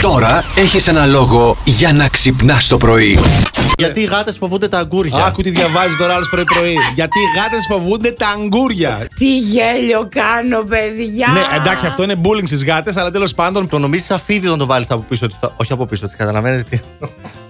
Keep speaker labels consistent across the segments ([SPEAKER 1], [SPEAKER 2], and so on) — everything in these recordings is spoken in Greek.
[SPEAKER 1] Τώρα έχεις ένα λόγο για να ξυπνάς το πρωί.
[SPEAKER 2] Γιατί οι γάτες φοβούνται τα αγκούρια.
[SPEAKER 3] Ε. Άκου τι διαβάζεις τώρα άλλος πρωί-πρωί. Γιατί οι γάτες φοβούνται τα αγκούρια.
[SPEAKER 4] Τι γέλιο κάνω, παιδιά.
[SPEAKER 3] ναι, εντάξει, αυτό είναι bullying στις γάτες, αλλά τέλος πάντων
[SPEAKER 2] Το νομίζεις αφίδι όταν το βάλεις από πίσω της. Όχι από πίσω της, καταλαβαίνετε τι.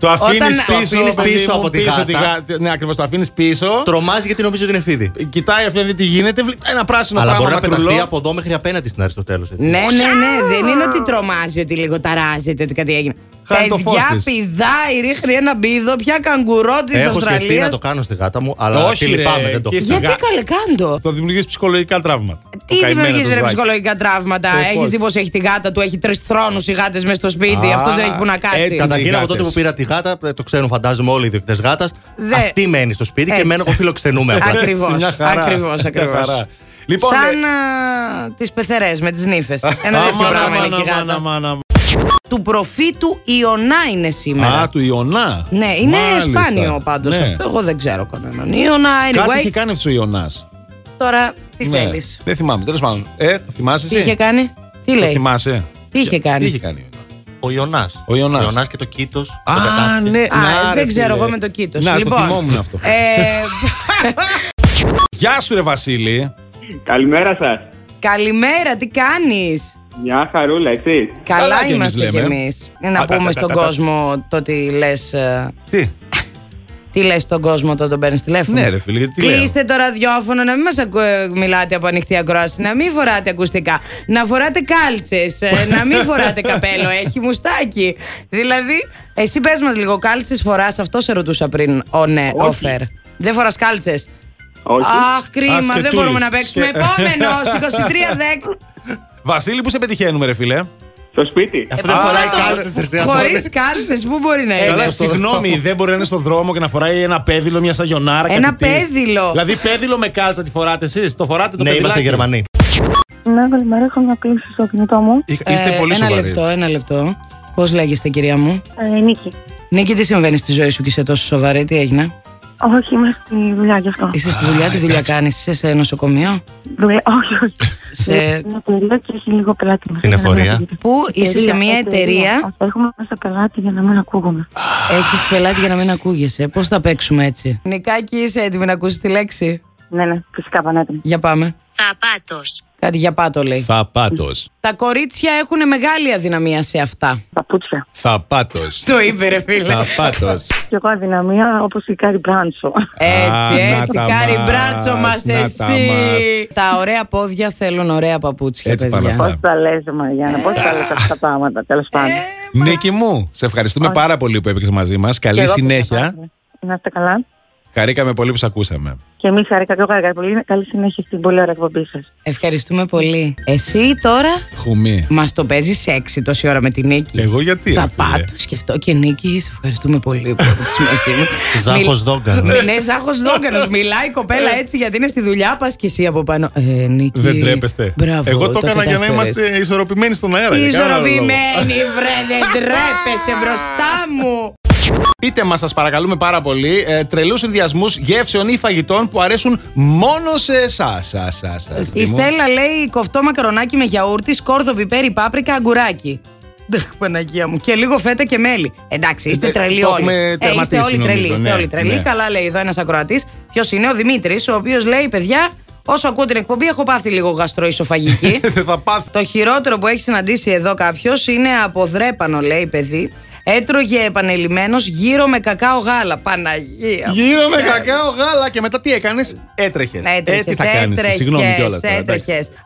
[SPEAKER 3] το αφήνει
[SPEAKER 4] Όταν- το
[SPEAKER 3] πίσω,
[SPEAKER 2] αφήνεις
[SPEAKER 3] παιδί
[SPEAKER 2] πίσω
[SPEAKER 3] μου,
[SPEAKER 2] από τη
[SPEAKER 3] πίσω
[SPEAKER 2] γάτα.
[SPEAKER 3] γάτα. Ναι, ακριβώς το αφήνεις πίσω.
[SPEAKER 2] Τρομάζει γιατί νομίζεις ότι είναι φίδι.
[SPEAKER 3] Κοιτάει αυτή να δει τι γίνεται. βλέπει Ένα πράσινο
[SPEAKER 2] Αλλά μπορεί
[SPEAKER 3] πράγμα
[SPEAKER 2] να πεταχτεί
[SPEAKER 3] μακρουλό.
[SPEAKER 2] από εδώ μέχρι απέναντι στην Αριστοτέλους.
[SPEAKER 4] Ναι, ναι, ναι. Δεν είναι ότι τρομάζει, ότι λίγο ταράζεται, ότι κάτι έγινε.
[SPEAKER 3] Χάνει το φως
[SPEAKER 4] Παιδιά,
[SPEAKER 3] της.
[SPEAKER 4] πηδάει, ρίχνει ένα μπίδο, πια καγκουρό της
[SPEAKER 2] Έχω σκεφτεί να
[SPEAKER 4] Αυστραλίας.
[SPEAKER 2] το κάνω στη γάτα μου, αλλά
[SPEAKER 3] Όχι,
[SPEAKER 2] τη
[SPEAKER 3] ρε,
[SPEAKER 2] λυπάμαι, δεν το
[SPEAKER 3] και
[SPEAKER 2] κάνω.
[SPEAKER 3] στη-
[SPEAKER 4] Γιατί
[SPEAKER 3] Γα-
[SPEAKER 4] καλέ, κάντο.
[SPEAKER 3] Το δημιουργείς ψυχολογικά τραύματα. Το
[SPEAKER 4] Ε, Τι
[SPEAKER 3] καημένο
[SPEAKER 4] δημιουργείς
[SPEAKER 3] το
[SPEAKER 4] ρε
[SPEAKER 3] ζωάκι.
[SPEAKER 4] ψυχολογικά τραύματα.
[SPEAKER 3] Ε,
[SPEAKER 4] Έχεις
[SPEAKER 3] πώς.
[SPEAKER 4] δει πως έχει τη γάτα του, έχει τρεις θρόνους οι γάτες μέσα στο σπίτι.
[SPEAKER 3] Α,
[SPEAKER 4] Αυτός δεν έχει που να κάτσει.
[SPEAKER 3] έτσι.
[SPEAKER 2] Καταρχήν από
[SPEAKER 3] γάτες.
[SPEAKER 2] τότε που πήρα τη γάτα, ε, το ξέρουν φαντάζομαι όλοι οι διοκτές γάτας.
[SPEAKER 4] Δε.
[SPEAKER 2] Αυτή μένει στο σπίτι και
[SPEAKER 4] Έτσι.
[SPEAKER 2] μένω εγώ φιλοξενούμε. απλά.
[SPEAKER 4] Ακριβώς.
[SPEAKER 3] Έτσι, μια χαρά.
[SPEAKER 4] ακριβώς,
[SPEAKER 3] Μια
[SPEAKER 4] ακριβώς.
[SPEAKER 3] χαρά. Λοιπόν,
[SPEAKER 4] Σαν
[SPEAKER 3] ε,
[SPEAKER 4] τις πεθερές με τις νύφες. Ένα τέτοιο
[SPEAKER 3] αμάν,
[SPEAKER 4] πράγμα είναι
[SPEAKER 3] αμάν,
[SPEAKER 4] και η
[SPEAKER 3] αμάν,
[SPEAKER 4] γάτα.
[SPEAKER 3] αμάν, αμάν.
[SPEAKER 4] Του προφήτου Ιωνά είναι σήμερα.
[SPEAKER 3] Α, του Ιωνά.
[SPEAKER 4] Ναι, είναι
[SPEAKER 3] Μάλιστα.
[SPEAKER 4] σπάνιο πάντως
[SPEAKER 3] Ναι.
[SPEAKER 4] αυτό. Εγώ δεν ξέρω κανέναν. Ιωνά,
[SPEAKER 3] Κάτι
[SPEAKER 4] anyway.
[SPEAKER 3] είχε κάνει αυτός ο Ιωνάς.
[SPEAKER 4] Τώρα τι
[SPEAKER 3] Ναι.
[SPEAKER 4] θέλεις.
[SPEAKER 3] Δεν θυμάμαι, τέλος πάντων. Ε, το θυμάσαι.
[SPEAKER 4] Τι
[SPEAKER 3] εσύ?
[SPEAKER 4] είχε κάνει. Τι
[SPEAKER 3] Το
[SPEAKER 4] λέει.
[SPEAKER 3] θυμάσαι.
[SPEAKER 4] Τι είχε
[SPEAKER 3] Τι
[SPEAKER 4] κάνει.
[SPEAKER 3] είχε κάνει. ο Ιωνάς?
[SPEAKER 2] Ο Ιωνάς.
[SPEAKER 3] Ο Ιωνάς.
[SPEAKER 2] και το κήτο.
[SPEAKER 3] Α, ναι,
[SPEAKER 4] Α,
[SPEAKER 3] να, ρε,
[SPEAKER 4] δεν ξέρω
[SPEAKER 3] φίλε.
[SPEAKER 4] εγώ με το κήτο.
[SPEAKER 3] Να,
[SPEAKER 4] λοιπόν,
[SPEAKER 3] το θυμόμουν αυτό.
[SPEAKER 4] Ε,
[SPEAKER 3] Γεια σου, ρε Βασίλη.
[SPEAKER 5] Καλημέρα σας.
[SPEAKER 4] καλημέρα, τι κάνεις.
[SPEAKER 5] Μια χαρούλα, εσεί.
[SPEAKER 4] Καλά,
[SPEAKER 3] Καλά κι εμείς
[SPEAKER 4] είμαστε κι
[SPEAKER 3] λέμε.
[SPEAKER 4] εμείς. Ε, Να
[SPEAKER 3] Α, τα,
[SPEAKER 4] πούμε
[SPEAKER 3] τα,
[SPEAKER 4] στον
[SPEAKER 3] τα, τα, τα.
[SPEAKER 4] κόσμο το τι λες, ε,
[SPEAKER 3] Τι.
[SPEAKER 4] τι λες στον κόσμο όταν τον παίρνεις τηλέφωνο.
[SPEAKER 3] Ναι, ρε φίλε, γιατί τι λέω.
[SPEAKER 4] Κλείστε το ραδιόφωνο, να μην μας ακου... ε, μιλάτε από ανοιχτή ακρόαση, να μην φοράτε ακουστικά, να φοράτε κάλτσες, ε, να μην φοράτε καπέλο, έχει μουστάκι. Δηλαδή, εσύ πες μας λίγο, κάλτσες φοράς, αυτό σε ρωτούσα πριν, ο ναι,
[SPEAKER 5] Όχι.
[SPEAKER 4] offer. Δεν φοράς κάλτσες.
[SPEAKER 5] Όχι.
[SPEAKER 4] Αχ, κρίμα,
[SPEAKER 3] Ασκετούλης.
[SPEAKER 4] δεν μπορούμε να παίξουμε.
[SPEAKER 3] Σκε-
[SPEAKER 4] Επόμενος, 23 δεκ.
[SPEAKER 3] Βασίλη, πού σε πετυχαίνουμε, ρε
[SPEAKER 4] Ε,
[SPEAKER 3] φίλε.
[SPEAKER 5] Στο σπίτι.
[SPEAKER 2] Αυτό δεν φοράει κάλτσες, ρε
[SPEAKER 4] Χωρίς κάλτσες, πού μπορεί να είναι.
[SPEAKER 3] Καλά, ε, συγγνώμη, δεν μπορεί να είναι στον δρόμο και να φοράει ένα πέδιλο, μια σαγιονάρα.
[SPEAKER 4] Ένα
[SPEAKER 3] κάτι της.
[SPEAKER 4] πέδιλο.
[SPEAKER 3] Δηλαδή, πέδιλο με κάλτσα τη φοράτε εσείς. Το φοράτε το
[SPEAKER 2] Ναι, είμαστε
[SPEAKER 3] πεδιλάκι.
[SPEAKER 2] Γερμανοί.
[SPEAKER 6] Ναι, καλημέρα. Έχω μια κλίση στο κινητό μου.
[SPEAKER 3] Εί- Είστε
[SPEAKER 4] Ε,
[SPEAKER 3] πολύ
[SPEAKER 4] ένα
[SPEAKER 3] σοβαροί.
[SPEAKER 4] λεπτό, ένα λεπτό. Πώς λέγεστε, κυρία μου.
[SPEAKER 6] Ε, Νίκη.
[SPEAKER 4] Νίκη, τι συμβαίνει στη ζωή σου και είσαι τόσο σοβαρή, τι έγινε.
[SPEAKER 6] Όχι, είμαι στη δουλειά γι' αυτό.
[SPEAKER 4] Είσαι στη δουλειά, τι δουλειά κάνεις, είσαι σε νοσοκομείο.
[SPEAKER 6] Δουλε... Όχι, όχι.
[SPEAKER 4] Σε...
[SPEAKER 6] Είναι εταιρεία και έχει λίγο πελάτη.
[SPEAKER 2] Στην εφορία.
[SPEAKER 4] Πού είσαι σε μια εταιρεία,
[SPEAKER 6] Αυτό έχουμε μέσα πελάτη για να μην ακούγουμε.
[SPEAKER 4] έχεις πελάτη για να μην ακούγεσαι. Πώς θα παίξουμε έτσι. Νικάκι, είσαι έτοιμη να ακούσεις τη λέξη.
[SPEAKER 6] Ναι, ναι, φυσικά πανέτοιμη.
[SPEAKER 4] Για πάμε. Θαπάτος. Κάτι για πάτο λέει.
[SPEAKER 3] Θαπάτο.
[SPEAKER 4] Τα κορίτσια έχουν μεγάλη αδυναμία σε αυτά.
[SPEAKER 6] Παπούτσια.
[SPEAKER 3] Θαπάτο.
[SPEAKER 4] Το είπε, ρε φίλε.
[SPEAKER 3] Θαπάτο.
[SPEAKER 6] Και εγώ αδυναμία όπως η Κάρι Μπράνσο.
[SPEAKER 4] Ναι.
[SPEAKER 3] Α,
[SPEAKER 4] Έτσι,
[SPEAKER 3] να
[SPEAKER 4] έτσι,
[SPEAKER 3] τα
[SPEAKER 4] Κάρι
[SPEAKER 3] μας,
[SPEAKER 4] μπράτσο μας
[SPEAKER 3] να
[SPEAKER 4] εσύ.
[SPEAKER 3] τα μας.
[SPEAKER 4] Τα ωραία πόδια θέλουν ωραία παπούτσια,
[SPEAKER 3] Έτσι,
[SPEAKER 4] παιδιά.
[SPEAKER 3] Παναγιά.
[SPEAKER 6] Πώς τα λες, Μαριάννα, πώς τα λες αυτά τα πράγματα, τέλος
[SPEAKER 4] Ε.
[SPEAKER 6] πάντων.
[SPEAKER 3] Νίκη μου, σε ευχαριστούμε πάρα πολύ που έπαιξες μαζί μας.
[SPEAKER 6] Και
[SPEAKER 3] Καλή
[SPEAKER 6] εγώ
[SPEAKER 3] συνέχεια.
[SPEAKER 6] πιστεύω, Να είστε καλά.
[SPEAKER 3] Χαρήκαμε πολύ που σε ακούσαμε.
[SPEAKER 6] Και εμείς χαρήκα και εγώ χαρήκα πολύ. Καλή συνέχεια στην πολύ ωραία εκπομπή σας.
[SPEAKER 4] Ευχαριστούμε πολύ. Εσύ τώρα
[SPEAKER 3] Χουμί.
[SPEAKER 4] μας το παίζεις σεξι τόση ώρα με τη Νίκη.
[SPEAKER 3] Εγώ γιατί. ρε
[SPEAKER 4] Θα
[SPEAKER 3] φίλε.
[SPEAKER 4] πάω, το σκεφτώ και Νίκη, σε ευχαριστούμε πολύ που ήσουν μαζί μου.
[SPEAKER 2] Ζάχος Δόγκαν.
[SPEAKER 4] Ναι, ναι, Ζάχος Δόγκανος. Μιλάει η κοπέλα έτσι γιατί είναι στη δουλειά, πας και εσύ από πάνω. Ε, Νίκη.
[SPEAKER 3] Ε. Δεν τρέπεστε.
[SPEAKER 4] Μπράβο,
[SPEAKER 3] Εγώ το έκανα για να
[SPEAKER 4] κατάφερες.
[SPEAKER 3] είμαστε ισορροπημένοι στον αέρα.
[SPEAKER 4] Τι
[SPEAKER 3] για κανένα άλλο λόγο.
[SPEAKER 4] ισορροπημένη, βρε, δεν τρέπεσαι μπροστά μου.
[SPEAKER 3] Πείτε μας, σας παρακαλούμε πάρα πολύ, ε, τρελούς συνδυασμούς γεύσεων ή φαγητών που αρέσουν μόνο σε εσάς.
[SPEAKER 4] Η Στέλλα λέει κοφτό μακαρονάκι με γιαούρτι, σκόρδο, πιπέρι, πάπρικα, αγκουράκι. Νταχ, Παναγία μου. Και λίγο φέτα και μέλι. Εντάξει, είστε
[SPEAKER 3] Ε,
[SPEAKER 4] τρελοί
[SPEAKER 3] το
[SPEAKER 4] όλοι.
[SPEAKER 3] έχουμε
[SPEAKER 4] είστε
[SPEAKER 3] τερματίσει,
[SPEAKER 4] όλοι
[SPEAKER 3] νομίζω,
[SPEAKER 4] τρελοί. Είστε
[SPEAKER 3] ναι,
[SPEAKER 4] όλοι τρελοί.
[SPEAKER 3] ναι.
[SPEAKER 4] Καλά λέει εδώ ένας ακροατής. Ποιος είναι, ο Δημήτρης, ο οποίος λέει, παιδιά, όσο ακούω την εκπομπή, έχω πάθει λίγο γαστροϊσοφαγική.
[SPEAKER 3] Δεν Ε, θα πάθω.
[SPEAKER 4] Το χειρότερο που έχει συναντήσει εδώ κάποιος είναι από δρέπανο, λέει παιδί. Έτρωγε επανελειμμένο γύρω με κακάο γάλα. Παναγία. μου.
[SPEAKER 3] Γύρω με κακάο γάλα και μετά τι έκανες, έτρεχες.
[SPEAKER 4] Έτρεχες.
[SPEAKER 3] Ε, τι θα κάνεις, συγγνώμη κιόλας.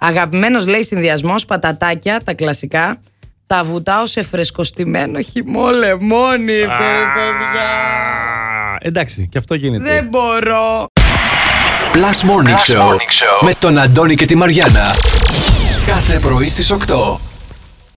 [SPEAKER 4] Αγαπημένος λέει συνδυασμός, πατατάκια, τα κλασικά. Τα βουτάω σε φρεσκοστημένο χυμό λεμόνι, παιδιά.
[SPEAKER 3] Εντάξει, και αυτό γίνεται.
[SPEAKER 4] Δεν μπορώ.
[SPEAKER 1] Plus Morning, Show, με τον Αντώνη και τη Μαριάνα. Κάθε πρωί στις 8.